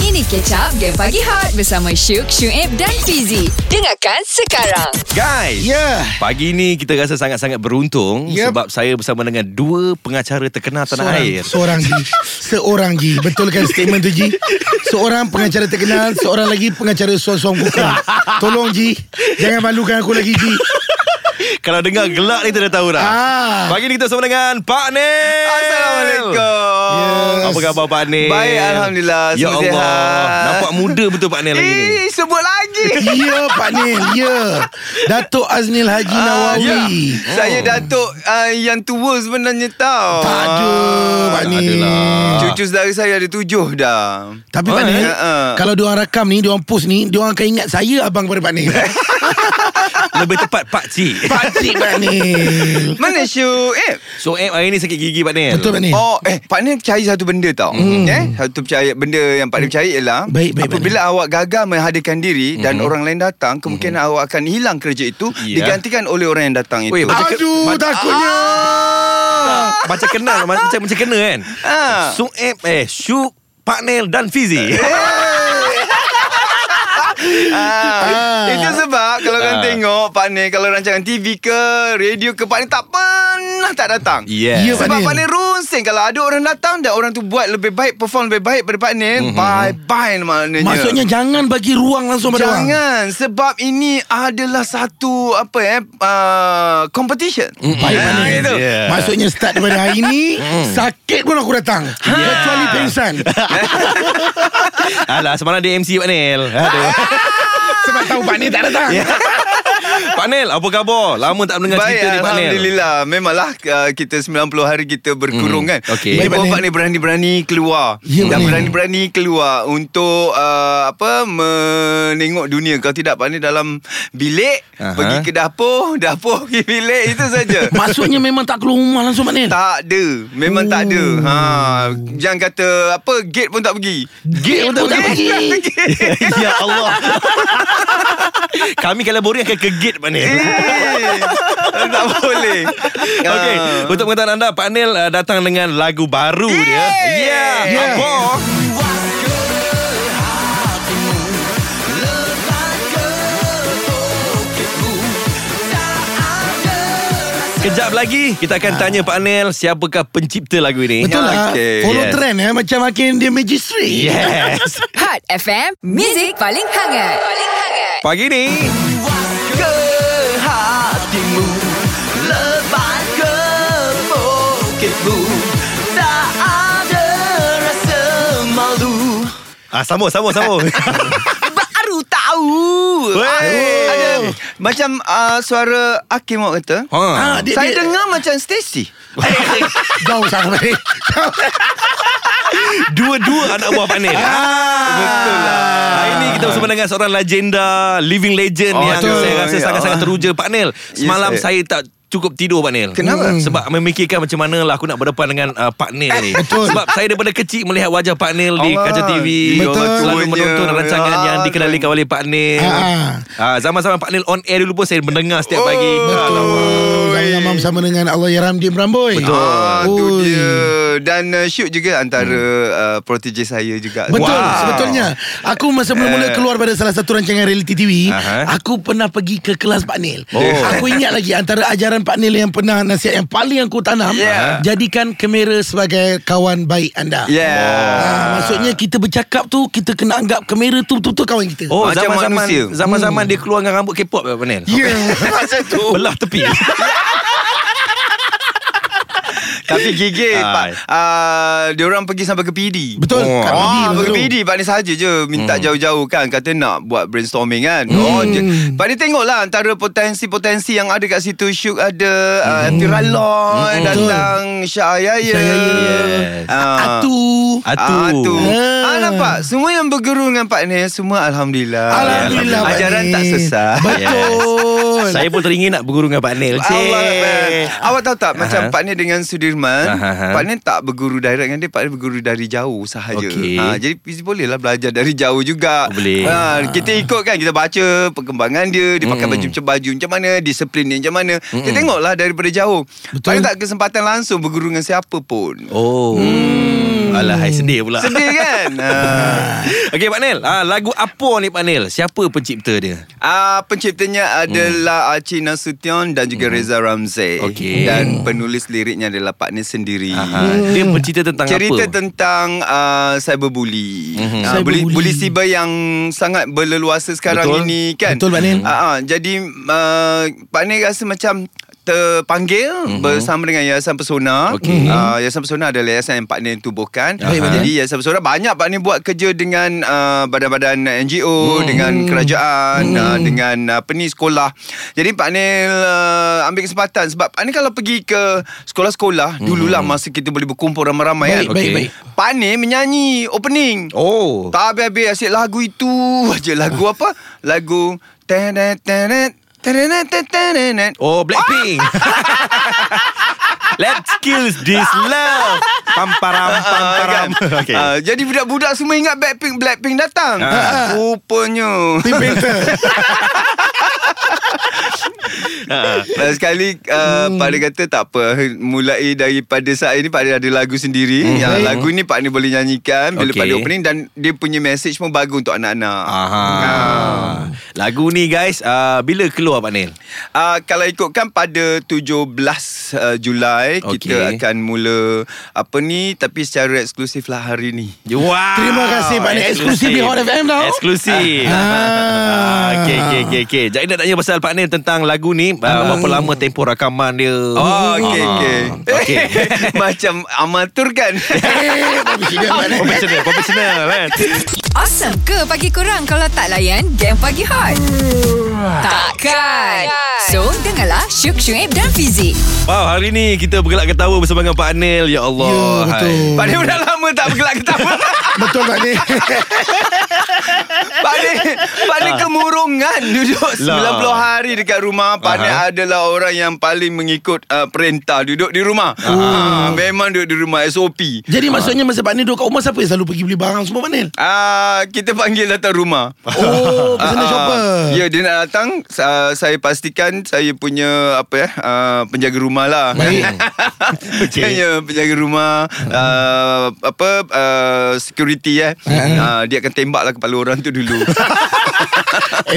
Ini Catch Up Game Pagi Hot bersama Syuk, Syuib dan Fizi. Dengarkan sekarang. Guys Ya. Pagi ni kita rasa sangat-sangat beruntung Yep. Sebab saya bersama dengan Dua pengacara terkenal tanah seorang, air Seorang G Seorang G Betulkan statement tu G Seorang pengacara terkenal Seorang lagi pengacara suam-suam kukang Tolong G Jangan malukan aku lagi G Kalau dengar gelak ni kita dah tahu dah Ah. Pagi ni kita bersama dengan Pak Nil Assalamualaikum. Yes. Apa khabar Pak Nil? Baik, Alhamdulillah. Ya Semua Allah sihat. Nampak muda betul Pak Nil lagi ni Eh, sebut lagi. Ya Pak Nil Ya Datuk Aznil Haji Nawawi ya. Saya datuk uh, yang tua sebenarnya tau. Tak ada Pak tak Nil adalah. Cucu saudara saya ada tujuh dah. Tapi Pak Oh, Nil eh, eh. Kalau diorang rakam ni Diorang post ni Diorang akan ingat saya Abang kepada Pak Nil Lebih tepat Pak Cik Pak Cik Pak Nil Mana Syuk? Eh, So eh, hari ni sakit gigi Pak Nil Betul Pak Nil Oh eh Pak Nim percaya satu benda tau mm. eh satu percaya benda yang Pak Nim percaya ialah Baik, baik, Pak apabila awak gagal menghadirkan diri dan orang lain datang kemungkinan awak akan hilang kerja itu Ya. digantikan oleh orang yang datang itu. Weh, macam- Aduh takutnya Ah. Macam kenal ma- Macam macam kena kan Ah. Sueb Eh Syuk Pak Nil dan Fizi Ah. Itu sebab kalau orang Ah. tengok Pak Nil kalau rancangan TV ke radio ke Pak Nil tak pernah tak datang. Yes. Ya, Pak Sebab Nil. Pak Nil rungsing kalau ada orang datang dan orang tu buat lebih baik perform lebih baik daripada Pak Nil, mm-hmm. bye bye maknanya. Mhm. Maksudnya jangan bagi ruang langsung pada orang Jangan sebab ini adalah satu apa eh uh, competition. Baik Ah, Pak Nil gitu. Yeah. Maksudnya start daripada hari ni Hmm. Sakit pun aku datang Ha. Kecuali pingsan Alah semalam dia MC Pak Nil Aduh Sebab tahu Pak Nil tak datang Pak Nil apa khabar Lama tak mendengar Baik cerita ni Pak Nil Alhamdulillah Memanglah uh, Kita 90 hari kita berkurung kan Okey. Jadi Mm. Baik, Pak bapak Nim. ni berani-berani keluar Ya, Pak Dan Nim. berani-berani keluar Untuk uh, Apa Menengok dunia Kalau tidak Pak ni dalam Bilik Aha. Pergi ke dapur Dapur pergi bilik Itu saja Maksudnya memang tak keluar rumah langsung Pak Nil Tak ada Memang tak ada ha, Jangan kata Apa Gate pun tak pergi Gate pun tak pergi ya Allah Kami kalau boring akan ke gate Pak Nil Ya. Eh, Tak boleh Okay Ah. Untuk pengetahuan anda Pak Nil uh, datang dengan lagu baru dia Yeah, Yeah. Apa Kejap lagi kita akan tanya Pak Nil siapakah pencipta lagu ini. Betul lah Okay, Follow yes. trend eh Macam makin dia magistrate Ya. Yes. Hot FM, Music paling hangat. Paling hangat. Pagi ni ke hatimu Lepas ke bukitmu Tak ada rasa malu ah sama sama sama. Baru tahu Wey. Ada Macam uh, suara Hakim awak kata ha. Ah, dia, Saya dia, dengar macam Stacy Jauh sangat Pak Nil Dua-dua anak buah Pak Nil. Ah. Betul lah. Ah. Hari ni kita bersama dengan seorang legenda, living legend Oh, yang betul. saya rasa Ya. sangat-sangat teruja Pak Nil. Semalam Yes, eh. saya tak cukup tidur Pak Nil Kenapa? Hmm. Sebab memikirkan macam mana lah Aku nak berdepan dengan uh, Pak Nil ni Betul. Sebab saya daripada kecil Melihat wajah Pak Nil Di Allah. kaca TV Betul. Orang Selalu Tuanya. menonton rancangan Ya, Yang dikendalikan oleh Pak Nil Ah. Ah, Zaman-zaman Pak Nil on air dulu pun Saya mendengar Oh, setiap pagi Betul Sama-sama bersama dengan Allah Yaram Din Bramboi Ui. Hmm. Ah, tu dia Dan uh, shoot juga antara uh, Protege saya juga Betul Wow. wow. sebetulnya Aku masa mula-mula keluar pada salah satu rancangan reality TV Aha. Aku pernah pergi ke kelas Pak Nil Oh. Aku ingat lagi antara ajaran Pak Nil yang pernah nasihat yang paling aku tanam Yeah. Jadikan kamera sebagai kawan baik anda Yeah Ah, maksudnya kita bercakap tu Kita kena anggap kamera tu betul-betul kawan kita Oh Macam zaman-zaman manusia. Hmm. Ya. Zaman-zaman dia keluar dengan rambut K-pop Pak Nil yeah. Macam tu Belah tepi Tapi gigih Ah. Pak uh, Diorang pergi sampai ke PD Betul Oh. Kak Budi, Wah, Ah, betul. pergi PD Pak ni sahaja je Minta Hmm. jauh-jauh kan Kata nak buat brainstorming kan Oh je Pak ni tengoklah Antara potensi-potensi Yang ada kat situ Syuk ada uh, Hmm. Firalon Datang Syahaya Syahaya. Ah, Atu Atu. Ah. Atu. Ah. Ah, nampak? Semua yang bergurung dengan Pak Nil Semua Alhamdulillah Alhamdulillah Pak Ajaran Nil. tak sesat Betul Saya pun teringin nak berguru dengan Pak Nil Allah Akbar. Awak tahu tak Macam Aha. Pak Nir dengan Sudirman Aha, aha. Pak Nir tak berguru direct dengan dia Pak Nir berguru dari jauh sahaja Ha, Okey. Jadi Fizi bolehlah belajar dari jauh juga Oh, boleh. ha, Kita ikut kan Kita baca perkembangan dia Dia Hmm. pakai baju macam baju macam mana Disiplin dia macam mana Kita tengoklah daripada jauh Betul. Pak Nir tak kesempatan langsung Berguru dengan siapa pun Oh hmm. Alah, I sedih pula. Sedih kan? Ah. Okey, Pak Nel. Ah, lagu apa ni, Pak Nel? Siapa pencipta dia? Ah, penciptanya adalah hmm. Cina Sution dan juga Reza Ramzai. Hmm. Okey. Dan penulis liriknya adalah Pak Nil sendiri. Ah, Hmm. Dia bercerita tentang Cerita apa? Mhm. tentang uh, cyberbully. Mm-hmm. Uh, bully, Cyberbully. bully siber yang sangat berleluasa sekarang Betul. Mhm. ini kan. Betul, Pak Nil. Uh, uh, jadi uh, Pak Nil rasa macam terpanggil mm-hmm. bersama dengan Yayasan Pesona. Mhm. Okey. Uh, Yayasan Pesona adalah yayasan yang Pak Nil tubuhkan. Baik, Pak Nil. Jadi Yayasan Pesona banyak Pak Nil buat kerja dengan uh, badan-badan NGO, Mhm. mm. dengan kerajaan, mm. uh, dengan apa ni sekolah. Jadi Pak Nil uh, ambil kesempatan sebab Pak Nil kalau pergi ke Mhm. sekolah-sekolah dululah masa kita boleh berkumpul ramai-ramai Baik, kan. baik, Okey. baik. Panik menyanyi opening. Oh. Oh. Tak habis-habis asyik lagu itu aja. Lagu apa? Lagu tenet tenet tenet tenet. Oh, Blackpink. Let's kill this love. Pam param Ah, pam param. Okay. Uh, jadi budak-budak semua ingat Blackpink Blackpink datang. Ah. Rupanya. Tim Peter ah. Uh, sekali uh, hmm. Pak Ni kata tak apa Mulai daripada saat ini Pak Ni ada lagu sendiri hmm. Yang lagu ni Pak Ni boleh nyanyikan Bila Okey. Ah, okay. Pak Ni opening Dan dia punya message pun bagus untuk anak-anak Aha. Ah. Lagu ni guys, uh, bila keluar Pak Nil? Uh, kalau ikutkan pada 17 uh, Julai Okey. okay. kita akan mula apa ni tapi secara eksklusif lah hari ni. Wow. Terima kasih, Pak Nil. Eksklusif di Hot FM tau. Eksklusif. Ah. Ah. Okay, okay, okay, okay. Jadi nak tanya pasal Pak Nil tentang lagu ni. Ah. Berapa lama tempoh rakaman dia? Oh, okey Ah. okey. Okey. Macam amatur kan. Eh, bagus juga, Pak Nil. Professional, professional kan? Awesome ke pagi korang kalau tak layan game pagi hot? Takkan. So, dengarlah Syuk Syuib dan Fizik. Wow, hari ni kita bergelak ketawa bersama dengan Pak Nil. Ya Allah. Ya, betul. Hai. Pak Ni dah lama tak bergelak ketawa. Betul Pak Nil Pak Ni Pak Ni kemurungan duduk Ah. Lah. 90 hari dekat rumah. Pak Ni Aha. adalah orang yang paling mengikut uh, perintah duduk di rumah. Oh. Ah, memang duduk di rumah SOP. Jadi maksudnya masa Pak Nil duduk kat rumah Siapa yang selalu pergi beli barang semua Pak Nil Ah, kita panggil datang rumah. Oh personal Ah, ah. shopper Ya dia nak datang uh, Saya pastikan Saya punya Apa ya uh, Penjaga rumah lah Baik. Ah. okay. ya, Penjaga rumah uh, Apa uh, Security eh Ah. uh, Dia akan tembak lah Kepala orang tu dulu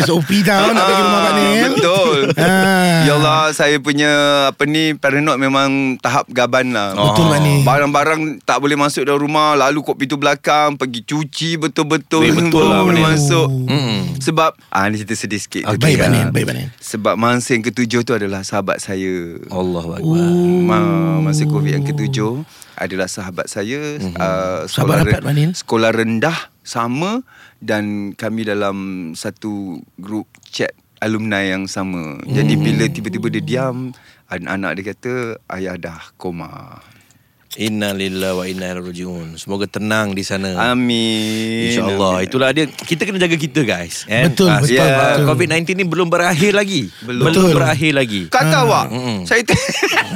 SOP tau Nak pergi rumah Pak Ah, Nil Betul Ah. Ya Allah Saya punya Apa ni Paranoid memang Tahap gaban lah Oh. Betul, Pak Ni. Barang-barang Tak boleh masuk dalam rumah Lalu kok pintu belakang Pergi cuci Betul-betul Eh, betul lah, Baru Pak Ni. Masuk Sebab ah, Ni cerita sedih sikit Okay, Baik Pak Nil Baik Pak Nil sebab mangsa yang ketujuh tu adalah sahabat saya. Allah Oh. Akbar. Ma, mangsa COVID yang ketujuh adalah sahabat saya. Mm-hmm. Uh, Sahabat rapat, Wan Nin. Sekolah rendah sama dan kami dalam satu group chat alumni yang sama. Mm. Jadi bila tiba-tiba dia diam, anak-anak dia kata ayah dah koma. Inna lillahi wa inna ilaihi rajiun. Semoga tenang di sana. Ya. Amin. InsyaAllah Itulah dia Kita kena jaga kita guys eh? Betul, Ah, betul, sebab, ah, betul. COVID-19 ni belum berakhir lagi Belum. belum Betul. berakhir lagi Kata awak Saya te-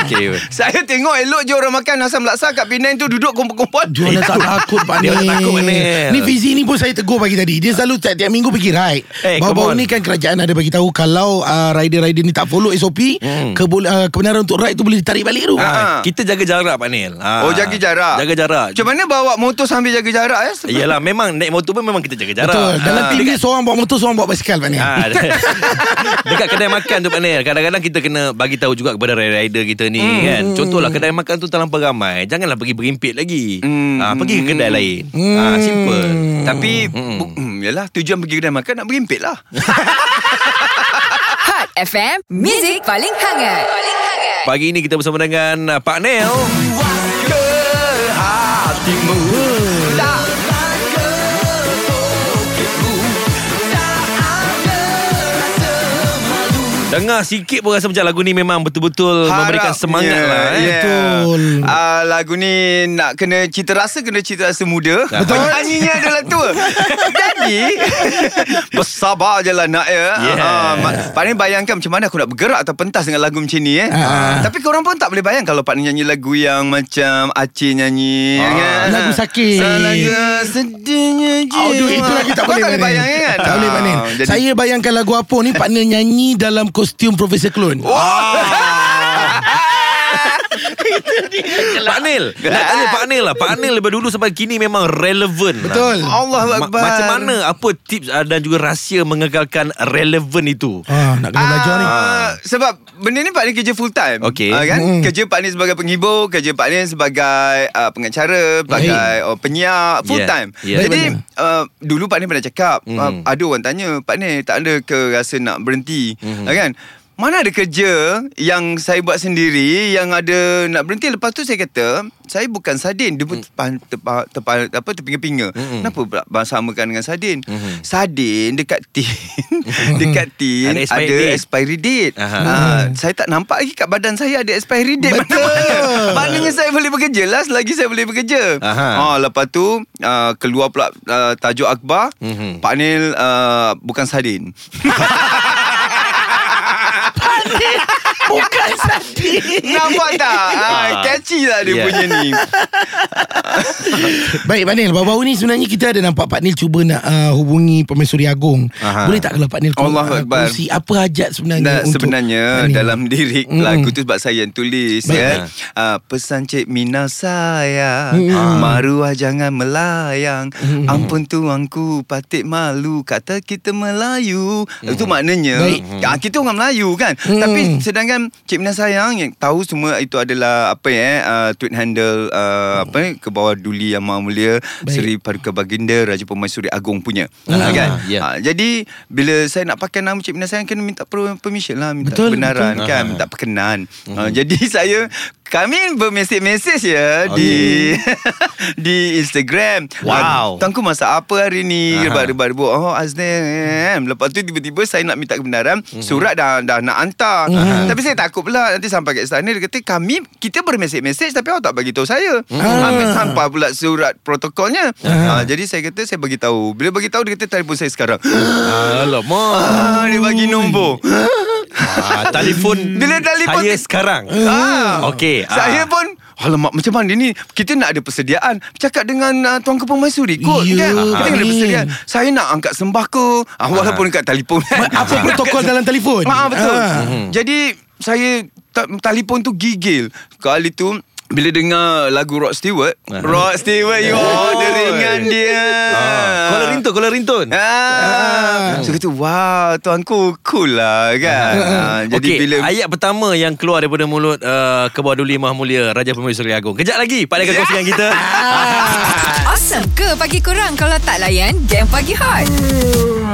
Okay. Saya tengok elok je orang makan Asam laksa kat Penang tu Duduk kumpul-kumpul Dia orang dah tak takut Pak Dia Nil orang takut, Pak Nil. Ni Fizi ni pun saya tegur pagi tadi Dia selalu tiap-tiap minggu pergi ride Eh, Baru-baru come on. ni kan kerajaan ada bagi tahu Kalau uh, rider-rider ni tak follow SOP kebol- uh, Kebenaran untuk ride tu boleh ditarik balik tu Ah, Ah. Kita jaga jarak Pak Nil Ah, Oh jaga jarak Jaga jarak Macam mana bawa motor sambil jaga jarak ya? Sebab- Yelah memang Naik motor pun memang kita jaga jarak Betul Dalam Ah, tim ni seorang bawa motor Seorang bawa basikal Pak Nil Ah, dekat kedai makan tu Pak Nil Kadang-kadang kita kena Bagi tahu juga kepada rider kita ni hmm. kan Contohlah kedai makan tu Terlampau ramai Janganlah pergi berimpit lagi Hmm. ah, Pergi ke kedai lain ah, Simple Tapi bu- hmm, Yelah tujuan pergi kedai makan Nak berimpit lah Hot FM, Music paling hangat. Paling hangat. Pagi ini kita bersama dengan ah, Pak Nil Ke hatimu Tak Dengar sikit pun rasa macam lagu ni memang betul-betul memberikan semangat lah. Eh. yeah. Betul. uh, Lagu ni Nak kena cita rasa Kena cita rasa muda Betul. Penyanyinya adalah tua Jadi Bersabar je lah nak ya Yeah. Ah, ma- Pak Ni bayangkan Macam mana aku nak bergerak Atau pentas dengan lagu macam ni eh. Ah. Tapi korang pun tak boleh bayang Kalau Pak Ni nyanyi lagu yang Macam Aceh nyanyi Ah. kan? Lagu sakit. Lagu sedihnya je Oh, dude, itu lagi tak boleh Pak Nil. Korang tak boleh bayang kan Tak boleh Ah, Pak Nil jadi- Saya bayangkan lagu apa ni Ah. Pak Nil nyanyi dalam kostum Profesor Clone Wah. Pak Nil Nak tanya Pak Nil lah Pak Nil daripada dulu sampai kini Memang relevan lah. Betul. Allah Akbar. Macam mana Apa tips ah, Dan juga rahsia Mengekalkan relevan itu Ah, nak kena belajar ni. Ah, Sebab benda ni Pak Ni kerja full time Okey. Ah, kan? Hmm. Kerja Pak Ni sebagai penghibur Kerja Pak Ni sebagai uh, pengacara Sebagai oh, penyiar Full Yeah. time Yeah. Jadi Betul. uh, Dulu Pak Ni pernah cakap ah, Mhm. Ada orang tanya Pak Ni tak ada ke rasa nak berhenti Mhm. Ah, kan mana ada kerja yang saya buat sendiri yang ada nak berhenti lepas tu saya kata saya bukan sardin Mhm. dia pun terpa, terpa, terpa, apa terpinga-pinga Mm-mm. kenapa pula bang samakan dengan sardin Mhm. sardin dekat tin dekat tin Ada ada expired expiry date. date, Aha. Mhm. Ha, saya tak nampak lagi kat badan saya ada expiry date mana-mana maknanya saya boleh bekerja lah selagi saya boleh bekerja Aha. ha, lepas tu uh, keluar pula uh, tajuk akhbar Mhm. Pak Nil uh, bukan sardin Bukan sadi. nampak tak ha, Ah. catchy tak dia Yeah. punya ni Baik Pak Nil Baru-baru ni sebenarnya Kita ada nampak Pak Nil Cuba nak uh, hubungi Permaisuri Agong Aha. Boleh tak kalau Pak Nil kong- Allah uh, Akbar. kongsi Apa hajat sebenarnya Dan untuk Pak sebenarnya Nil? dalam lirik Mm. mm. lagu tu sebab saya yang tulis Baik. kan. Uh, pesan Cik Mina saya, Mm. mm. maruah jangan melayang. Mm. Ampun tuanku patik malu kata kita Melayu. Mm. Itu maknanya Baik. ah, kita orang Melayu kan. Mm. Mm. Tapi sedangkan Cik Mina sayang yang tahu semua itu adalah apa ya uh, tweet handle uh, apa eh, ke bawah duli yang maha mulia Mm. Baik. Seri Paduka Baginda Raja Permaisuri Agong punya. Ah, kan? ya. Ah, jadi bila saya nak pakai nama Cik Mina saya kena minta per- permission lah, minta Betul, betul, kebenaran betul. betul. kan, Ah. minta perkenan. Ah, jadi saya kami bermesej-mesej ya Okey. di di Instagram. Wow. Ah, Tuanku masak apa hari ni? Aha. Rebak-rebak-rebak. Oh, Aznem. Lepas tu tiba-tiba saya nak minta kebenaran. Mhm. Surat dah dah nak hantar. Tapi saya takut pula nanti sampai kat sana dia kata kami kita bermesej-mesej tapi awak tak bagi tahu saya. Mhm. Ah. Sampai sampai pula surat protokolnya. Ah, jadi saya kata saya bagi tahu. Bila bagi tahu dia kata telefon saya sekarang. Alamak Ah, dia bagi nombor. ah, Telefon Bila telefon- Saya sekarang Ah. Okey, ah. Saya pun Alamak macam mana ni Kita nak ada persediaan Cakap dengan uh, Tuan Kepala Maisuri Kot Ya, kan Kita kena ada Amin. persediaan Saya nak angkat sembako ah, Walaupun dekat telefon kan Apa Angkat protokol dalam telefon Ha, betul. Ah. Hmm. Jadi saya ta- telefon tu gigil. Kali tu bila dengar lagu Rod Stewart, Rod Stewart you all the ringan dia. Kola rintun Kola rintun Ah. So kata Wah Tuanku cool lah kan ah, Jadi Okey, bila ayat pertama yang keluar daripada mulut uh, Kebawah Duli Maha Mulia Raja Permaisuri Agong. Kejap lagi Pak Lee Ya. akan kongsikan kita. Ah. Awesome ke pagi korang kalau tak layan game pagi hot?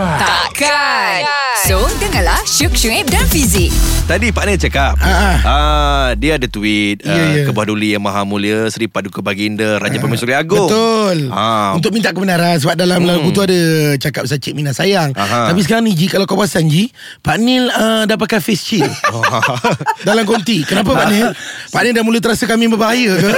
Takkan. So, dengarlah Syuk, Syuib dan Fizik. Tadi Pak Lee cakap, Ah, ah. ah, dia ada tweet Ya, ya. yeah, uh, Kebawah Duli yang Maha Mulia Seri Paduka Baginda Ah. Raja Permaisuri Agong. Betul Ah. Untuk minta kebenaran Sebab dalam hmm. lagu tu ada Cakap pasal Cik Mina sayang Aha. Tapi sekarang ni Ji Kalau kau perasan Ji Pak Nil uh, dah pakai face shield Dalam konti Kenapa Pak Nil Pak Nil dah mula terasa kami berbahaya ke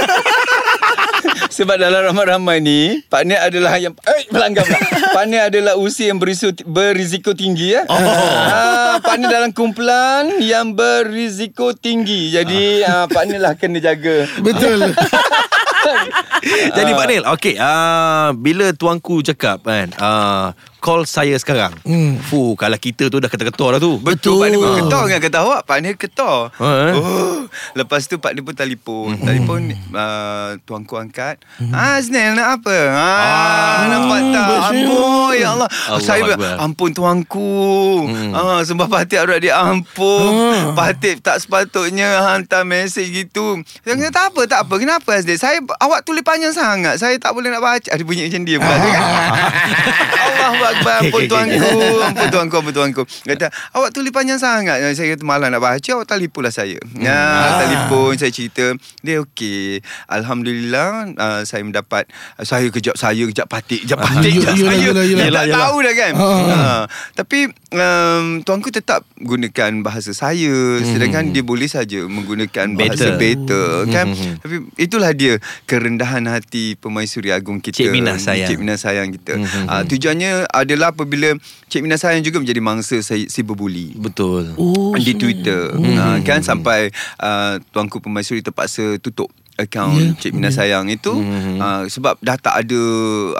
Sebab dalam ramai-ramai ni Pak Nia adalah yang Eh pelanggan pula Pak Nia adalah usia yang berisiko, berisiko tinggi ya. Oh. Ah, Pak Nia dalam kumpulan Yang berisiko tinggi Jadi ah. Pak Nia lah kena jaga Betul Jadi Pak Nil, okey, uh, bila tuanku cakap kan, uh, call saya sekarang. Hmm. Fuh, kalau kita tu dah ketar-ketar dah tu. Betul, Pak Nia pun Betul. ketar dengan kata awak Pak Nia ketar Ha, Ah. eh? Mhm. oh. Lepas tu Pak Nia pun telefon Telefon uh, Tuanku angkat Ah Aznil nak apa ah, Nampak tak betul. Ampun Ya Allah, Allah Saya ber- Akbar. Mhm. Ampun tuanku ah, Sembah patik aurat dia Ah. Ampun Patik tak sepatutnya Hantar mesej gitu Saya kata tak apa Tak apa Kenapa Aznil Saya Awak tulis panjang sangat Saya tak boleh nak baca Ada bunyi macam dia pula Dia kan Allah Akbar Ampun Okay, okay, tuanku Ampun tuanku Ampun tuanku Kata Awak tulis panjang sangat Saya kata malah nak baca Awak telefon lah saya Hmm. Ya Ah. Telefon Saya cerita Dia okey Alhamdulillah ah, Saya mendapat ah, Saya kejap saya Kejap patik Kejap patik ya, Ah, Kejap yelah, saya yelah, yelah. Dia tak Yelah, tahu dah kan Ah, ah, Ha. Tapi um, Tuanku tetap Gunakan bahasa saya Sedangkan dia boleh saja Menggunakan bahasa Hmm. Better. better Kan Hmm. Tapi itulah dia Kerendahan hati Permaisuri Agung kita Cik Minah sayang. Cik Minah sayang kita Mhm. Ah, Tujuannya adalah apabila Cik Minah sayang juga menjadi mangsa si- Cyberbully Betul. Oh, Ha, di Twitter hmm. kan sampai uh, tuanku pemaisuri terpaksa tutup account Ya. Cik Mina Sayang itu Hmm. uh, sebab dah tak ada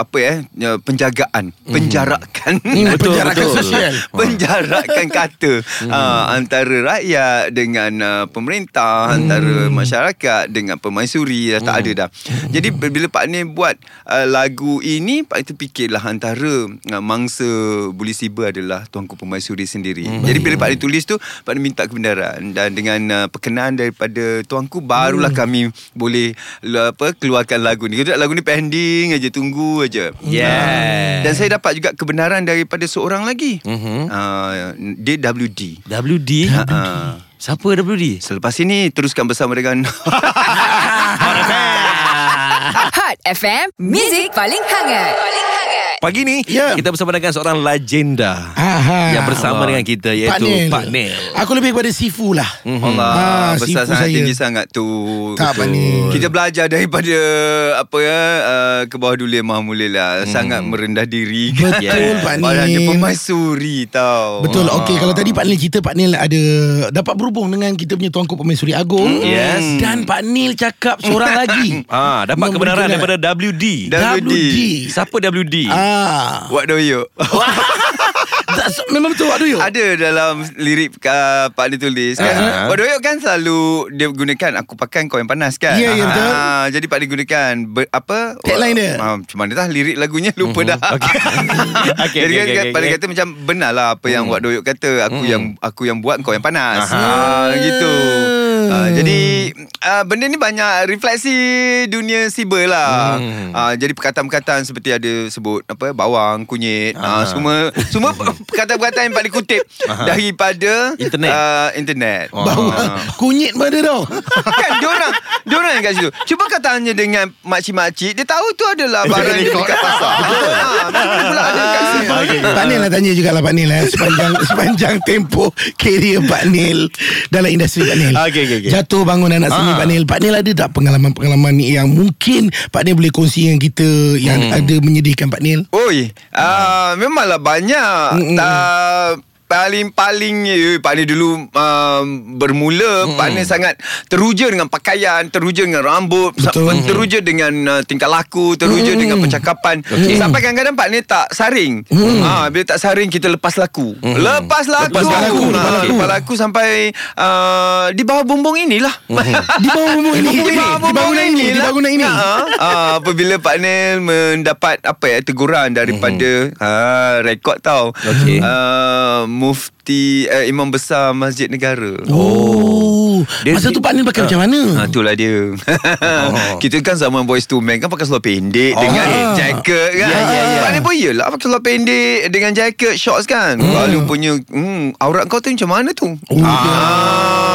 apa eh ya, penjagaan, penjarakan. Hmm, Betul, penjarakan betul. Hmm. sosial. penjarakan kata uh, antara rakyat dengan uh, pemerintah, Hmm. antara masyarakat dengan permaisuri dah tak ada dah. Hmm. Jadi bila Pak Ni buat uh, lagu ini, Pak itu fikirlah antara uh, mangsa Buli Siba adalah tuanku permaisuri sendiri. Hmm. Jadi bila Pak Ni tulis tu, Pak Ni minta kebenaran dan dengan uh, perkenan daripada tuanku barulah Hmm. kami boleh uh, apa keluarkan lagu ni. Kita lagu ni pending aja, tunggu aja. Ah. Yeah. Dan saya dapat juga kebenaran daripada seorang lagi. Mhm. Uh, dia WD. WD Uh, Siapa WD? selepas ini teruskan bersama dengan Ah, Ah. Hot FM, Music paling hangat. Paling hangat. Pagi ni Ya. Ah. Kita bersama dengan seorang legenda Aha. Yang bersama dengan kita Iaitu Pak Nil Aku lebih kepada Sifu lah Allah Ah, Mhm. besar sifu sangat saya. tinggi sangat tu. Tak, Pak Ni. Kita belajar daripada apa ya uh, ke bawah dulu yang Maha Mulia lah. Sangat merendah diri. Hmm. Betul, Pak Ni. Padahal dia pemaisuri tau. Betul Ah. okey kalau tadi Pak Nil cerita Pak Nil ada dapat berhubung dengan kita punya tuanku Permaisuri Agong yes. dan Pak Nil cakap seorang lagi Ah, Dapat Memberi kebenaran kebenaran. daripada WD Dan- WD Siapa WD? kan? ah What do you? tak, so- memang betul Wak Doyok Ada dalam lirik uh, Pak Ni tulis kan. Ah. Uh-huh. Doyok kan selalu dia gunakan aku pakan kau yang panas kan. Ya, ya, betul. Ah, jadi Pak Ni gunakan ber, apa? Tagline dia. Mhm. Ah, macam mana dah lirik lagunya lupa dah. Okey. Okey, jadi okey, kan okey, Pak Ni okey. kata macam benarlah apa yang Wak Doyok kata aku yang aku yang buat kau yang panas. Ah, gitu. Ah, jadi ah, benda ni banyak refleksi dunia siber lah. Ah, jadi perkataan-perkataan seperti ada sebut apa bawang, kunyit, ah, semua semua perkataan-perkataan yang paling kutip daripada Internet. ah, internet. bahawa kunyit pada tau kan diorang Diorang yang kat situ Cuba kau tanya dengan Makcik-makcik Dia tahu tu adalah Barang yang dekat pasar Betul Mana pula ada kat sini Pak Nil lah tanya jugalah Pak Nil eh. Sepanjang sepanjang tempoh Karier Pak Nil Dalam industri Pak Nil Okey, okey, okey. Jatuh bangun anak seni Pak Nil Pak Nil ada tak pengalaman-pengalaman ni Yang mungkin Pak Nil boleh kongsi dengan kita Yang ada menyedihkan Pak Nil Oi ah, Hmm. Memanglah banyak Tak Paling-paling eh, Pak Ni dulu um, Bermula Hmm, mm. Pak Ni sangat Teruja dengan pakaian Teruja dengan rambut sa- Hmm, Betul. Teruja dengan uh, tingkah laku Teruja mm. dengan percakapan okay. Sampai kadang-kadang Pak Ni tak saring mm. ha, Bila tak saring Kita lepas laku mm. Lepas laku Hmm. Lepas laku, Ha, lepas laku. Lepas laku sampai uh, Di bawah bumbung inilah Hmm. Di bawah bumbung ini Di bawah Di bumbung bangunan ini Di lah. bangunan ini Ha, ha. Ha, Apabila Pak Nel Mendapat apa ya Teguran daripada Mhm. ha, Rekod tau Okey. Ah, Mufti eh, Imam Besar Masjid Negara Oh Dia- Masa tu Pak Nil pakai macam mana Ha, itulah dia oh. Kita kan zaman boys to men Kan pakai seluar pendek oh. Dengan Ah. jaket kan yeah, yeah, yeah. Mana pun iyalah Pakai seluar pendek Dengan jaket Shorts kan hmm. Kalau punya hmm, Aurat kau tu macam mana tu Oh, Ah,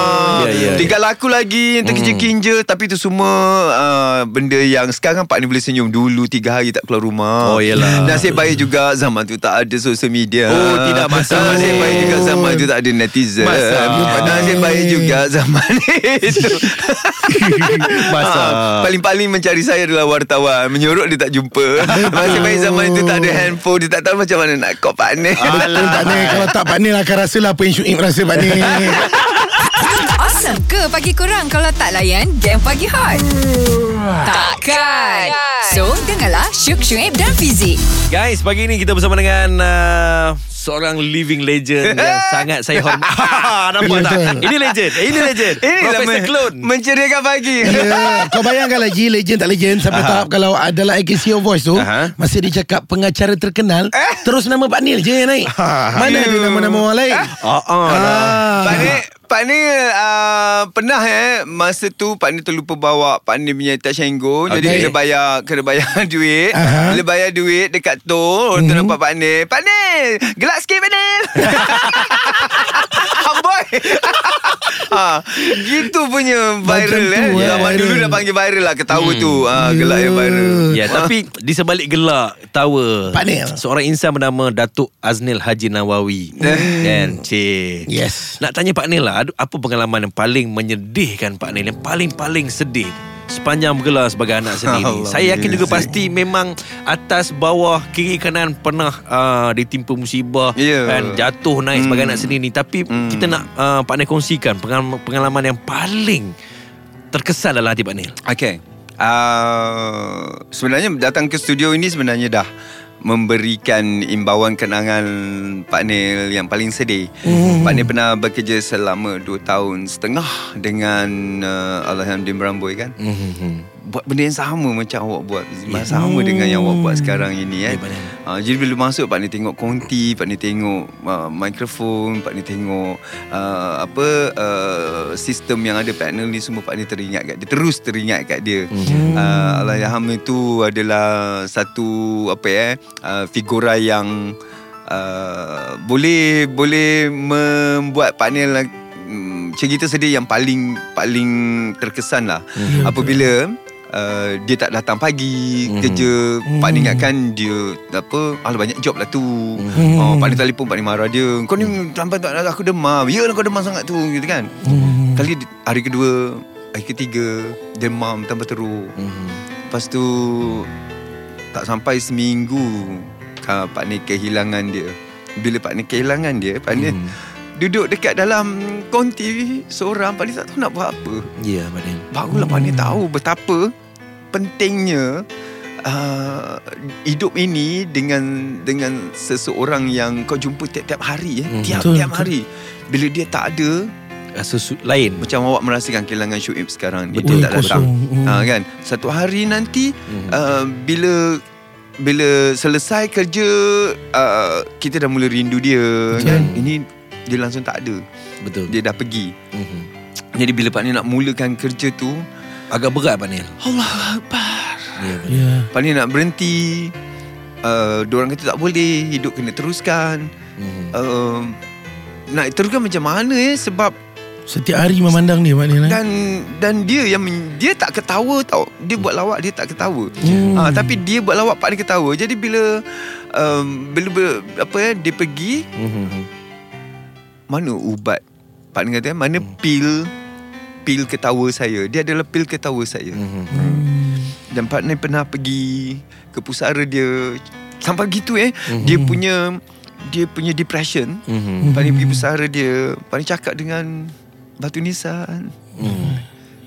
Ya, ya, ya. Tinggal laku lagi Yang terkinja-kinja Tapi tu semua uh, Benda yang Sekarang kan Pak ni boleh senyum Dulu tiga hari tak keluar rumah Oh, yelah. Nasib baik juga Zaman tu tak ada social media Oh, tidak masalah. Nasib baik juga Zaman tu tak ada netizen Masalah. Nasib baik juga Zaman itu Ah, Masa Paling-paling mencari saya adalah wartawan Menyorok dia tak jumpa Nasib baik zaman itu tak ada handphone Dia tak tahu macam mana nak call Pak ni Ah. Betul Pak Nil Kalau tak Pak Nil akan rasalah Apa yang Syuib rasa Pak Nil Awesome ke pagi kurang kalau tak layan game pagi hot? Takkan. So, dengarlah Syuk Syuib dan Fizik. Guys, pagi ni kita bersama dengan uh, seorang living legend yang sangat saya hormat. Nampak tak? Betul. Ini legend. Ini legend. Inilah Profesor men- Clone. Eh, Menceriakan pagi Ya, kau bayangkan lagi legend tak legend sampai tahap kalau adalah AKCO Voice tu Aha. masa dia cakap pengacara terkenal terus nama Pak Nil je yang naik. Mana ada nama-nama orang lain? Ah, ah, dah. Pak ni Pak ni uh, pernah eh masa tu Pak ni terlupa bawa Pak ni punya tas Senggo okay. jadi Okay. kena bayar kena bayar duit Aha. bila bayar duit dekat tol mm-hmm. tu nampak Pak ni Pak ni gelak sikit Pak ni Amboi ha, Gitu punya Macam viral tu, eh eh, Zaman dulu viral. dah panggil viral lah Ketawa hmm. tu ha, Gelak yang viral Ya, tapi di sebalik gelak tawa Pak Nil. seorang insan bernama Datuk Aznil Haji Nawawi. Kan, cik. Yes. Nak tanya Pak Nil lah, aduh, apa pengalaman yang paling menyedihkan Pak Nil, yang paling-paling sedih sepanjang bergelar sebagai anak sendiri. Allah, Saya yakin juga Cik. pasti memang atas, bawah, kiri, kanan pernah uh, ditimpa musibah Ya. kan, jatuh naik ah, sebagai anak sendiri. Tapi kita nak uh, Pak Nil kongsikan pengalaman, pengalaman yang paling terkesan dalam hati Pak Nil? Okay. Uh, sebenarnya datang ke studio ini sebenarnya dah memberikan imbauan kenangan Pak Nil yang paling sedih. Mm. Pak Nil pernah bekerja selama 2 tahun setengah dengan uh, Alhamdulillah Beramboi kan. Mm-hmm. buat benda yang sama macam awak buat yeah. sama dengan yang awak buat sekarang ini eh. Ya, Pak Nim. Uh, jadi bila masuk pak ni tengok konti, pak ni tengok uh, mikrofon, pak ni tengok uh, apa uh, sistem yang ada panel ni semua pak ni teringat kat dia terus teringat kat dia. Mm-hmm. Uh, Allahyarham itu adalah satu apa eh uh, figura yang uh, boleh boleh membuat pak ni lah- mm, cerita sedih yang paling paling terkesan lah mm-hmm. apabila uh, dia tak datang pagi mm. kerja mm. pak ni ingatkan dia apa alah banyak job lah tu mm. oh, pak ni telefon pak ni marah dia kau ni sampai tak datang aku demam ya lah kau demam sangat tu gitu kan mm. kali di- hari kedua hari ketiga demam tambah teruk mm. lepas tu tak sampai seminggu ah, pak ni kehilangan dia bila pak ni kehilangan dia pak ni Hmm. duduk dekat dalam konti seorang pak ni tak tahu nak buat apa Ya, Pak Nil. Barulah Pak Hmm. Nil tahu betapa pentingnya uh, hidup ini dengan dengan seseorang yang kau jumpa tiap-tiap hari eh. Hmm. Betul, Tiap-tiap betul. hari. Bila dia tak ada Rasa su- lain. macam awak merasakan kehilangan Syuib sekarang dia Betul, Betul, tak betul. datang. Hmm. Ha kan? Satu hari nanti Hmm. uh, bila bila selesai kerja uh, kita dah mula rindu dia Betul. kan. Ini dia langsung tak ada. Betul. Dia dah pergi. Mhm. Jadi bila Pak Nil nak mulakan kerja tu, Agak berat Pak Nil. Allah Akbar. Ya, Pak Nil. Ya. Pani nak berhenti uh, Diorang kata tak boleh Hidup kena teruskan Mhm. uh, Nak teruskan macam mana eh Sebab Setiap hari memandang dia Pak Nil eh? Dan dan dia yang men- Dia tak ketawa tau Dia buat lawak Dia tak ketawa Hmm. Ah, Tapi dia buat lawak Pak dia ketawa Jadi bila um, Bila, bila Apa eh Dia pergi Mhm. Mana ubat Pak dia kata Mana pil Pil ketawa saya Dia adalah pil ketawa saya Hmm. Mhm. Dan partner pernah pergi ke pusara dia sampai gitu eh. Mm-hmm. Dia punya dia punya depression. Mhm. Mm-hmm. Partner pergi pusara dia, partner cakap dengan batu nisan. Mhm.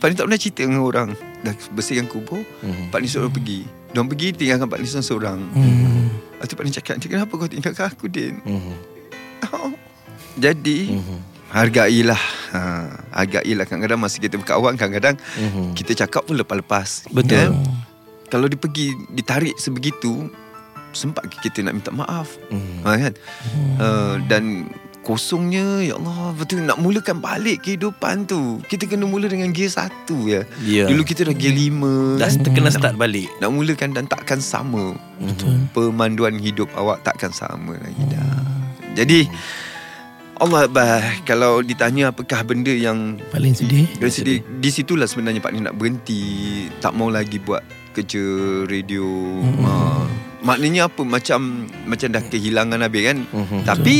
Partner tak pernah cerita dengan orang. Dah bersihkan kubur, Mhm. mm-hmm. partner seorang pergi. Diorang pergi tinggalkan Pak Nisan seorang. Hmm. Lepas tu Pak Nisan cakap, "Cik, kenapa kau tinggalkan aku, Din? Mhm. Oh. Jadi, Mhm. hargailah. Ha, hargailah. Kadang-kadang masa kita berkawan, kadang-kadang Mhm. kita cakap pun lepas-lepas. Betul. Kan? Kalau dia pergi Ditarik sebegitu Sempat ke kita nak minta maaf Mhm. ha, kan? Uh, Dan Kosongnya Ya Allah Betul nak mulakan balik Kehidupan tu Kita kena mula dengan gear satu ya Ya. Dulu kita dah gear lima Dah kena start balik. Nak mulakan dan takkan sama Betul Pemanduan hidup awak takkan sama lagi dah Jadi Allah bah, Kalau ditanya apakah benda yang Paling sedih dari sini, di situlah sebenarnya Pak Ni nak berhenti Tak mau lagi buat kerja radio hmm. Maknanya apa Macam Macam dah kehilangan habis kan Hmm. Mhm. Tapi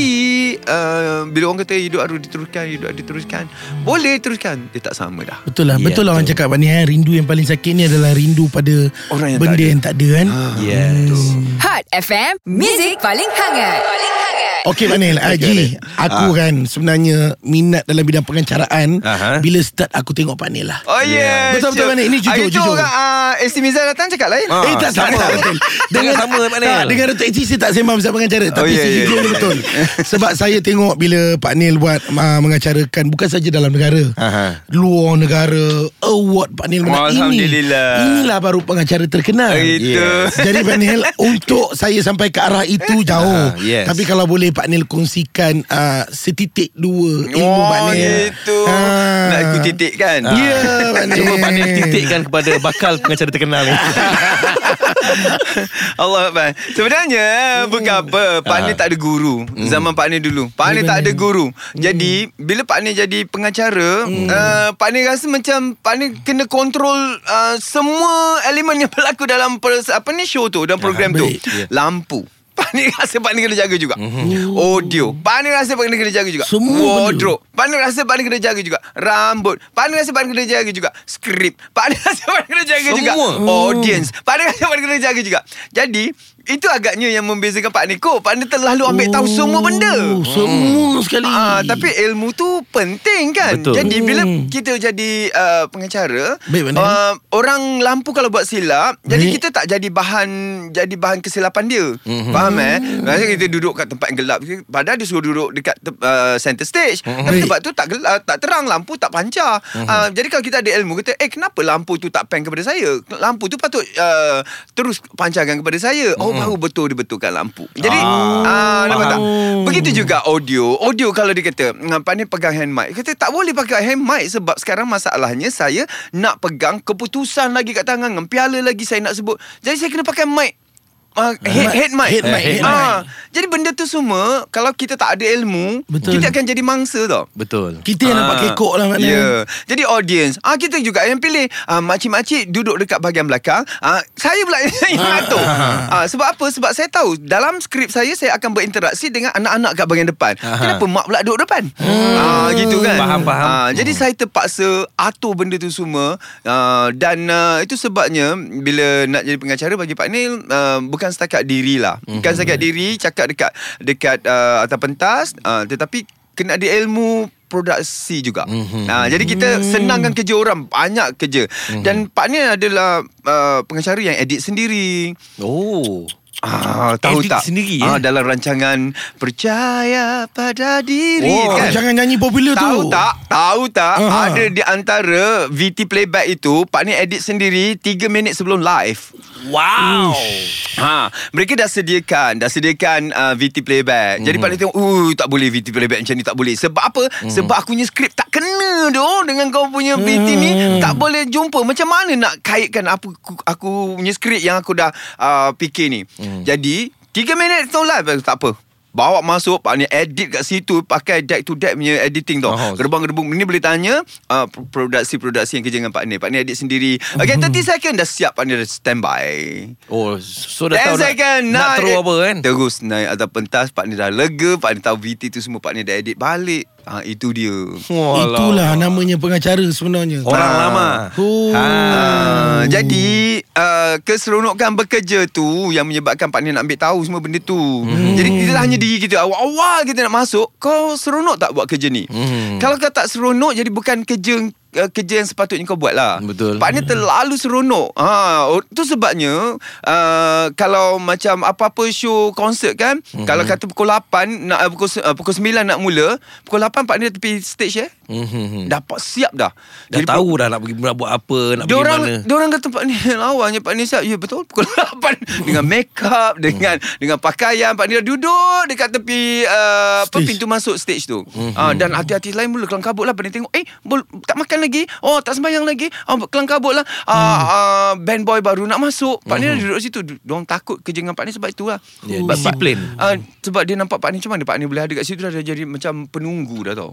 uh, Bila orang kata Hidup harus diteruskan Hidup harus diteruskan Boleh teruskan Dia tak sama dah Betul lah Ya, Betul lah orang betul. cakap Pak Nil eh? Rindu yang paling sakit ni adalah Rindu pada Orang yang tak Benda ada. yang tak ada kan Ah, Yes. Hot FM, Music paling hangat. Paling hangat. Okey Pak Nil Haji Aku kan sebenarnya Minat dalam bidang pengacaraan Aha. Bila start aku tengok Pak Nil lah Oh yeah, Betul, betul, Wan sure. Ni. Ini jujur, Hari tu jujur. orang uh, AC Mizan datang cakap lain Ah, Eh tak sama, sama. tak betul Dengan sama, Pak Nil. tak, Dengan Datuk Eji Saya tak sembang pasal pengacara Tapi ya, saya ya, jujur ya. betul Sebab saya tengok Bila Pak Nil buat uh, Mengacarakan Bukan saja dalam negara Aha. Luar negara Award Pak Nil menang Ini- Alhamdulillah. Ah, Inilah baru pengacara terkenal Itu Yes. Jadi Pak Nil Untuk saya sampai ke arah itu Ah, Jauh yes. Tapi kalau boleh Pak Nil kongsikan uh, Setitik dua Ilmu Pak Oh Nil gitu Ah. Nak aku titik kan Ya Pak Nil Cuba Pak Nil titikkan kepada bakal pengacara terkenal ni. Allah Akbar Sebenarnya Hmm. Bukan apa Pak Ah. Ni tak ada guru Zaman Pak Ni dulu Pak Ni tak ada guru Hmm. Jadi Bila Pak Ni jadi pengacara uh, Pak Ni rasa macam Pak Ni kena kontrol uh, Semua elemen yang berlaku Dalam pers- apa ni show tu Dan program tu Ah, baik. Hmm. Ya. Lampu Pak Ni rasa Pak Ni kena jaga juga Oh. Audio Pak Ni rasa Pak Ni kena jaga juga Semua benda. Wardrobe Pak Ni rasa Pak Ni kena jaga juga Rambut Pak Ni rasa Pak Ni kena jaga juga Skrip Pak Ni rasa Pak Ni kena jaga juga Semua. audience. Pada kata pada kena jaga juga. Jadi Itu agaknya yang membezakan Pak Niko. Pak Niko terlalu ambil oh. tahu semua benda. Oh, Semua sekali Hmm. Ah, tapi ilmu tu penting kan. Betul. Jadi bila kita jadi uh, pengacara, Baik, Wan Din. uh, orang lampu kalau buat silap, Baik. jadi Mhm. kita tak jadi bahan jadi bahan kesilapan dia. Mm-hmm. Faham eh? Masa kita duduk kat tempat yang gelap, padahal dia suruh duduk dekat te- uh, center stage. Mhm. Mm-hmm. Tapi Baik. Mhm. tempat tu tak gelap, tak terang, lampu tak pancar. Mm-hmm. Uh, jadi kalau kita ada ilmu, kita eh kenapa lampu tu tak pan kepada saya? Lampu tu patut uh, terus pancarkan kepada saya. Oh Mhm. baru betul dia betulkan lampu. Jadi ah, nampak tak? Begitu juga audio. Audio kalau dia kata, nampak ni pegang hand mic. Dia Kata tak boleh pakai hand mic sebab sekarang masalahnya saya nak pegang keputusan lagi kat tangan. dengan Piala lagi saya nak sebut. Jadi saya kena pakai mic. Uh, head, head mic, Head mic, head Ah, Jadi benda tu semua Kalau kita tak ada ilmu Betul. Kita akan jadi mangsa tau Betul. Kita yang nampak kekok lah Ya maknanya. yeah. Jadi audience ah Kita juga yang pilih ah, Makcik-makcik duduk dekat bahagian belakang ah, Saya pula yang mengatur ah, Sebab apa? Sebab saya tahu Dalam skrip saya Saya akan berinteraksi dengan anak-anak kat bahagian depan Aha. Kenapa mak pula duduk depan? Hmm. Ah, gitu kan Hmm. Faham, faham. Hmm. Ah, Jadi saya terpaksa Atur benda tu semua ah, Dan ah, itu sebabnya Bila nak jadi pengacara bagi Pak Nil ah, Bukan setakat diri lah Hmm. Bukan setakat diri Cakap dekat Dekat ah, atas pentas ah, Tetapi kena ada ilmu produksi juga. Hmm. Mm-hmm. Ha, jadi kita senangkan kerja orang, banyak kerja. Mm-hmm. Dan Pak Ni adalah uh, pengacara yang edit sendiri. Oh. Ah, tahu Edit tak? sendiri, eh? ah, dalam rancangan Percaya pada diri Oh, kan. Jangan nyanyi popular tu. Tahu tak? Tahu tak? Aha. Ada di antara VT playback itu Pak Ni edit sendiri 3 minit sebelum live. Wow. Ha, mereka dah sediakan, dah sediakan uh, VT playback. Jadi Pak Ni tengok, "Uh, tak boleh VT playback macam ni tak boleh." Sebab apa? Sebab aku punya skrip tak kena doh dengan kau punya VT ni, tak boleh jumpa. Macam mana nak kaitkan apa aku, aku punya skrip yang aku dah uh, fikir ni. Jadi, 3 minit tu live Eh, tak apa. Bawa masuk Pak Ni edit kat situ Pakai deck to deck punya editing tau Oh. Gerbang-gerbang Ni boleh tanya uh, pro- Produksi-produksi yang kerja dengan Pak Ni Pak Ni edit sendiri Okay 30 second dah siap Pak Ni dah standby Oh, so dah Dah tahu tahu nak, nak terus terus apa kan? eh, Terus naik atas pentas Pak Ni dah lega Pak Ni tahu VT tu semua Pak Ni dah edit balik ha, Itu dia Itulah namanya pengacara sebenarnya. Orang Ah. lama. Oh. ha, Jadi uh, Keseronokan bekerja tu Yang menyebabkan Pak Ni nak ambil tahu Semua benda tu Hmm. Jadi kita tak hanya diri kita Awal-awal kita nak masuk Kau seronok tak buat kerja ni Hmm. Kalau kau tak seronok Jadi bukan kerja uh, kerja yang sepatutnya kau buat lah Betul. Hmm. Pak Ni terlalu seronok ha, oh, Tu sebabnya uh, Kalau macam apa-apa show konsert kan Hmm. mm-hmm. Kalau kata pukul 8 nak, uh, pukul, se- uh, pukul 9 nak mula Pukul 8 Pak Ni tepi stage eh Mhm. mm. Dah pa- siap dah Dah tahu dah nak pergi nak buat apa, nak pergi Diorang mana. Diorang kata Pak Ni lawannya Pak Ni siap Ya betul pukul 8 Dengan make Hmm. up Dengan dengan pakaian Pak Ni dah duduk Dekat tepi uh, apa, Stage. Pintu masuk stage tu Hmm. uh, Dan hati-hati lain mula Kelang kabut lah Pak Ni tengok Eh bol- tak makan lagi Oh tak sembahyang lagi oh, Kelang kabut lah uh, Hmm. uh, Band boy baru nak masuk Pak Ni dah duduk situ Du- Diorang takut kerja dengan Pak Ni Sebab itulah Ya, Sebab Pak- disiplin. Ah, Sebab dia nampak Pak Ni Macam mana Pak Ni boleh ada kat situ Dah dah jadi macam penunggu dah tau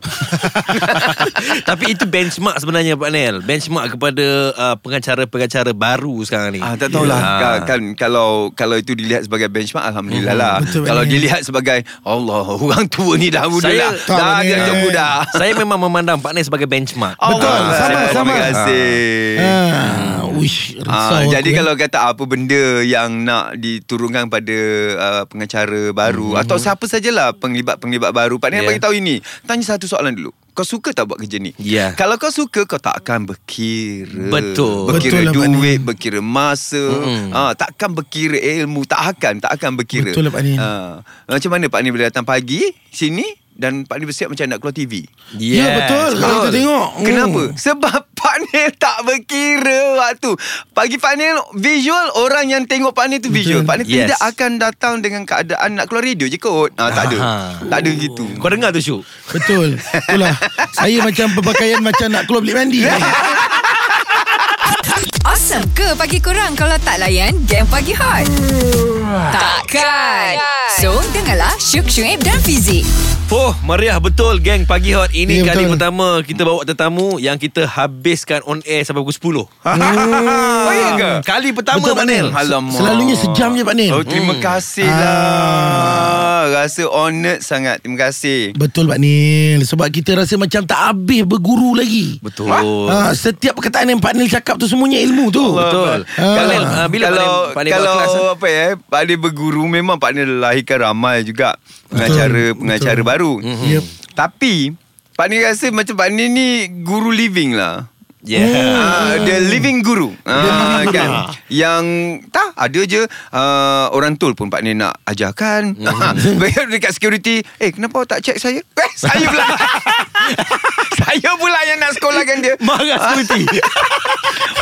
Tapi itu benchmark sebenarnya Pak Nel. Benchmark kepada uh, pengacara-pengacara baru sekarang ni. Ah tak Ah. tahulah yeah. kan, kan kalau kalau itu dilihat sebagai benchmark alhamdulillah lah. Hmm, betul, kalau Pak Nil. dilihat sebagai Allah orang tua ni dah muda Saya- lah. Tak, Dah Pak Nil. agak muda. Saya memang memandang Pak Nel sebagai benchmark. Betul, Allah, sama, sama. Terima kasih. Ah, wish, Ah, risau jadi aku, eh. kalau kata apa benda yang nak diturunkan pada uh, pengacara baru Hmm. mm-hmm. atau siapa sajalah penglibat-penglibat baru Pak Nil Yeah. bagi tahu ini. Tanya satu soalan dulu. Kau suka tak buat kerja ni? Yeah. Kalau kau suka kau tak akan berkira. Betul. Betul Berkira lah, Pak Nil. duit, berkira masa. Mm-hmm. Ah, takkan berkira ilmu, tak akan, tak akan berkira. Betul lah, Pak Nil. Ah, macam mana Pak Nil boleh datang pagi sini dan Pak Nil bersiap macam nak keluar TV? Yes. Ya, betul. Kalau kita tengok. Hmm. Kenapa? Sebab Pak Nil tak berkira waktu Pagi Pak Nil visual Orang yang tengok Pak Nil tu visual Pak Nil Yes. tidak akan datang dengan keadaan Nak keluar radio je kot ah, Tak ada Aha. Tak ada gitu Kau dengar tu Syuk? Betul Itulah Saya macam berpakaian Macam nak keluar bilik mandi Ya. Awesome ke pagi korang kalau tak layan game pagi hot? Takkan. So, dengarlah Syuk Syuib dan Fizik. Oh, meriah betul geng pagi hot. Ini Ya, yeah, kali betul. betul. pertama kita bawa tetamu yang kita habiskan on air sampai pukul 10. Oh, iya ke? Kali pertama Betul, Pak Pak Nil. Nil. Alamak. Selalunya sejam je, Hmm. Ah. Pak Nil. Oh, terima kasih lah. Rasa honoured sangat. Terima kasih. Betul Pak Nil Sebab kita rasa macam tak habis berguru lagi Betul. ha, Setiap perkataan yang Pak Nil cakap tu Semuanya ilmu tu Betul. Ah. Pak Nil, ya ah, bila kalau Pak Nil, Pak Nil kalau buat kelas? ah? apa ya, Pak Nil berguru memang Pak Nil lahirkan ramai juga pengacara-pengacara Betul. baru. Mhm. Yep. Tapi Pak Nil rasa macam Pak Nil ni guru living lah. Oh. Yeah. Ah, the living guru. Ah, kan. Yang tak ada je uh, orang tol pun Pak Nin nak ajarkan. Mhm. Bayar dekat security, "Eh, kenapa awak tak check saya?" Eh, saya pula. saya pula yang nak sekolahkan dia. Marah security.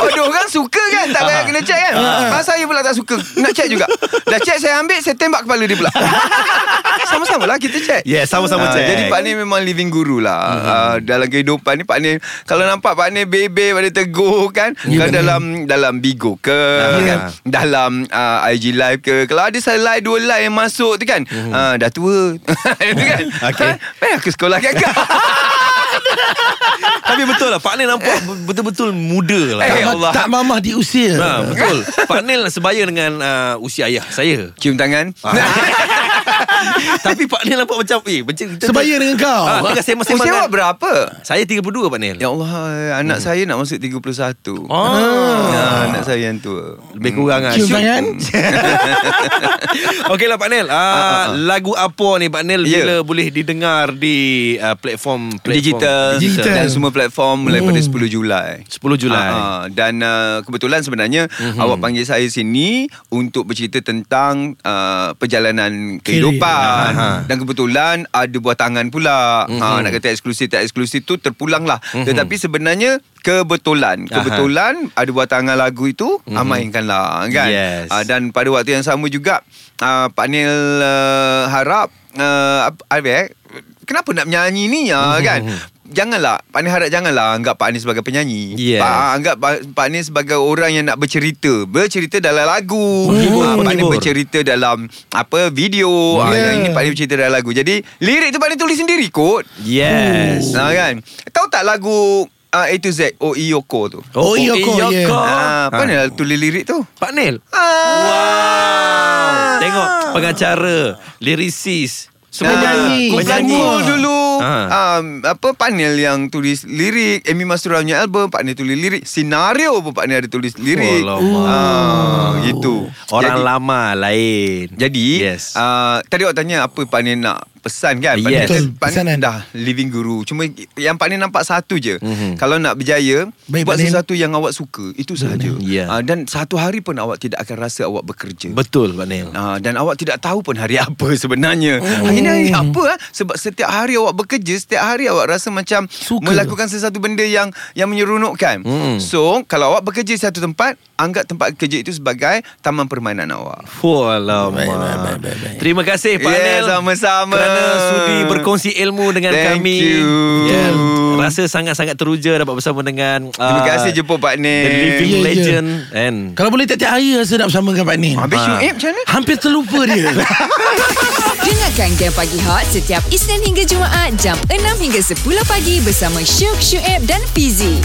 Oh, dia orang suka kan tak Ah. payah kena check kan. Mas saya pula tak suka. Nak check juga. Dah check saya ambil, saya tembak kepala dia pula. Sama-sama lah kita check. Yeah, sama-sama Ah, check. Jadi Pak Ni memang living guru lah. Mm-hmm. Uh, dalam kehidupan ni Pak Ni kalau nampak Pak Ni bebe pada teguh kan. Ya, Yeah, kan dalam dalam Bigo ke Ah. kan. Dalam uh, IG live ke. Kalau ada selai dua line yang masuk tu kan. Mm-hmm. Uh, dah tua. Itu kan. Okay. Ha, Payah ke sekolah kan kau. Tapi betul lah Pak Nil nampak betul-betul muda lah. Eh, tak, Allah. Allah. tak mamah diusir Ha, betul. Pak Nil sebaya dengan uh, usia ayah saya. Cium tangan. Ah, Tapi Pak Nil nampak macam eh macam kita Sebaya dengan kau Ha, tengah Usia sembang-sembang. awak berapa? Saya 32 Pak Nil. Ya Allah, anak hmm. saya nak masuk 31. Ah. Ya, anak saya yang tua. Lebih kurang lah Cium tangan Okey lah Pak Nel ah, Lagu apa ni Pak Nel Ya. Bila boleh didengar di ah, platform, platform Digital, Digital. dan semua platform mulai pada 10 Julai. 10 Julai Hmm. Ah, ah. dan uh, kebetulan sebenarnya mm-hmm. awak panggil saya sini untuk bercerita tentang uh, perjalanan kehidupan Aha. Hmm. dan kebetulan ada buah tangan pula. Mm-hmm. Ha nak kata eksklusif tak eksklusif tu terpulanglah. Mm-hmm. Tetapi sebenarnya Aha. kebetulan Hmm. kebetulan ada buah tangan lagu itu mm-hmm. mainkanlah kan. Yes. Ah, dan pada waktu yang sama juga uh, Pak Nil uh, harap uh, Alvek kenapa nak menyanyi ni uh, kan. Janganlah Pak Nil harap janganlah Anggap Pak Nil sebagai penyanyi Yes. Pak ah, anggap Pak, Pak Nil sebagai orang yang nak bercerita. Bercerita dalam lagu. Menghibur, Ah, Pak Nil menghibur. bercerita dalam apa video. Yeah. Ah, Yeah. yang ini Pak Nil bercerita dalam lagu. Jadi lirik tu Pak Nil tulis sendiri kot. Yes Ah, kan? Tahu tak lagu uh, A to Z O E Yoko tu? Oh, iya, kau, iya, yeah. kau. Ah, Pak Nil tulis lirik tu. Pak Nel Ah. Tengok pengacara Lirisis Semua Penyanyi. penyanyi. Kumpul dulu Ha. um, Apa panel yang tulis lirik Amy Mastura punya album Pak Nil tulis lirik Senario pun Pak Nil ada tulis lirik Alamak. ah, Gitu Orang Jadi, lama lain Ah, jadi Yes uh, Tadi awak tanya Apa Pak Nil nak pesan kan Pak Yes. Nil kata, Betul, Pak Nil pesanan. dah living guru Cuma yang Pak Nil nampak satu je mm-hmm. Mhm. Kalau nak berjaya Baik, Buat Pak Nil. sesuatu yang awak suka Itu sahaja Ya. Ah, Dan satu hari pun awak tidak akan rasa awak bekerja Betul Pak Nel Ah, dan awak tidak tahu pun hari apa sebenarnya. Oh. Hari ni hari apa? ah? Sebab setiap hari awak bekerja, setiap hari awak rasa macam Suka. melakukan sesuatu benda yang yang menyeronokkan. Mm. So, kalau awak bekerja di satu tempat, anggap tempat kerja itu sebagai taman permainan awak. Oh, alamak. Baik, baik, baik, baik, baik. Terima kasih Pak Yeah, Nel Ya, sama-sama. Kerana sudi berkongsi ilmu dengan Thank kami Ya, you. Rasa sangat-sangat teruja dapat bersama dengan Terima ah, kasih jemput Pak Nil. The Living Ya, ya. Legend And Kalau boleh tiap-tiap hari Rasa nak bersama dengan Pak Nil Habis Ah. Syuib macam mana? Hampir terlupa dia Dengarkan Game Pagi Hot setiap Isnin hingga Jumaat jam 6 hingga 10 pagi bersama Syuk, Syuib dan Fizi.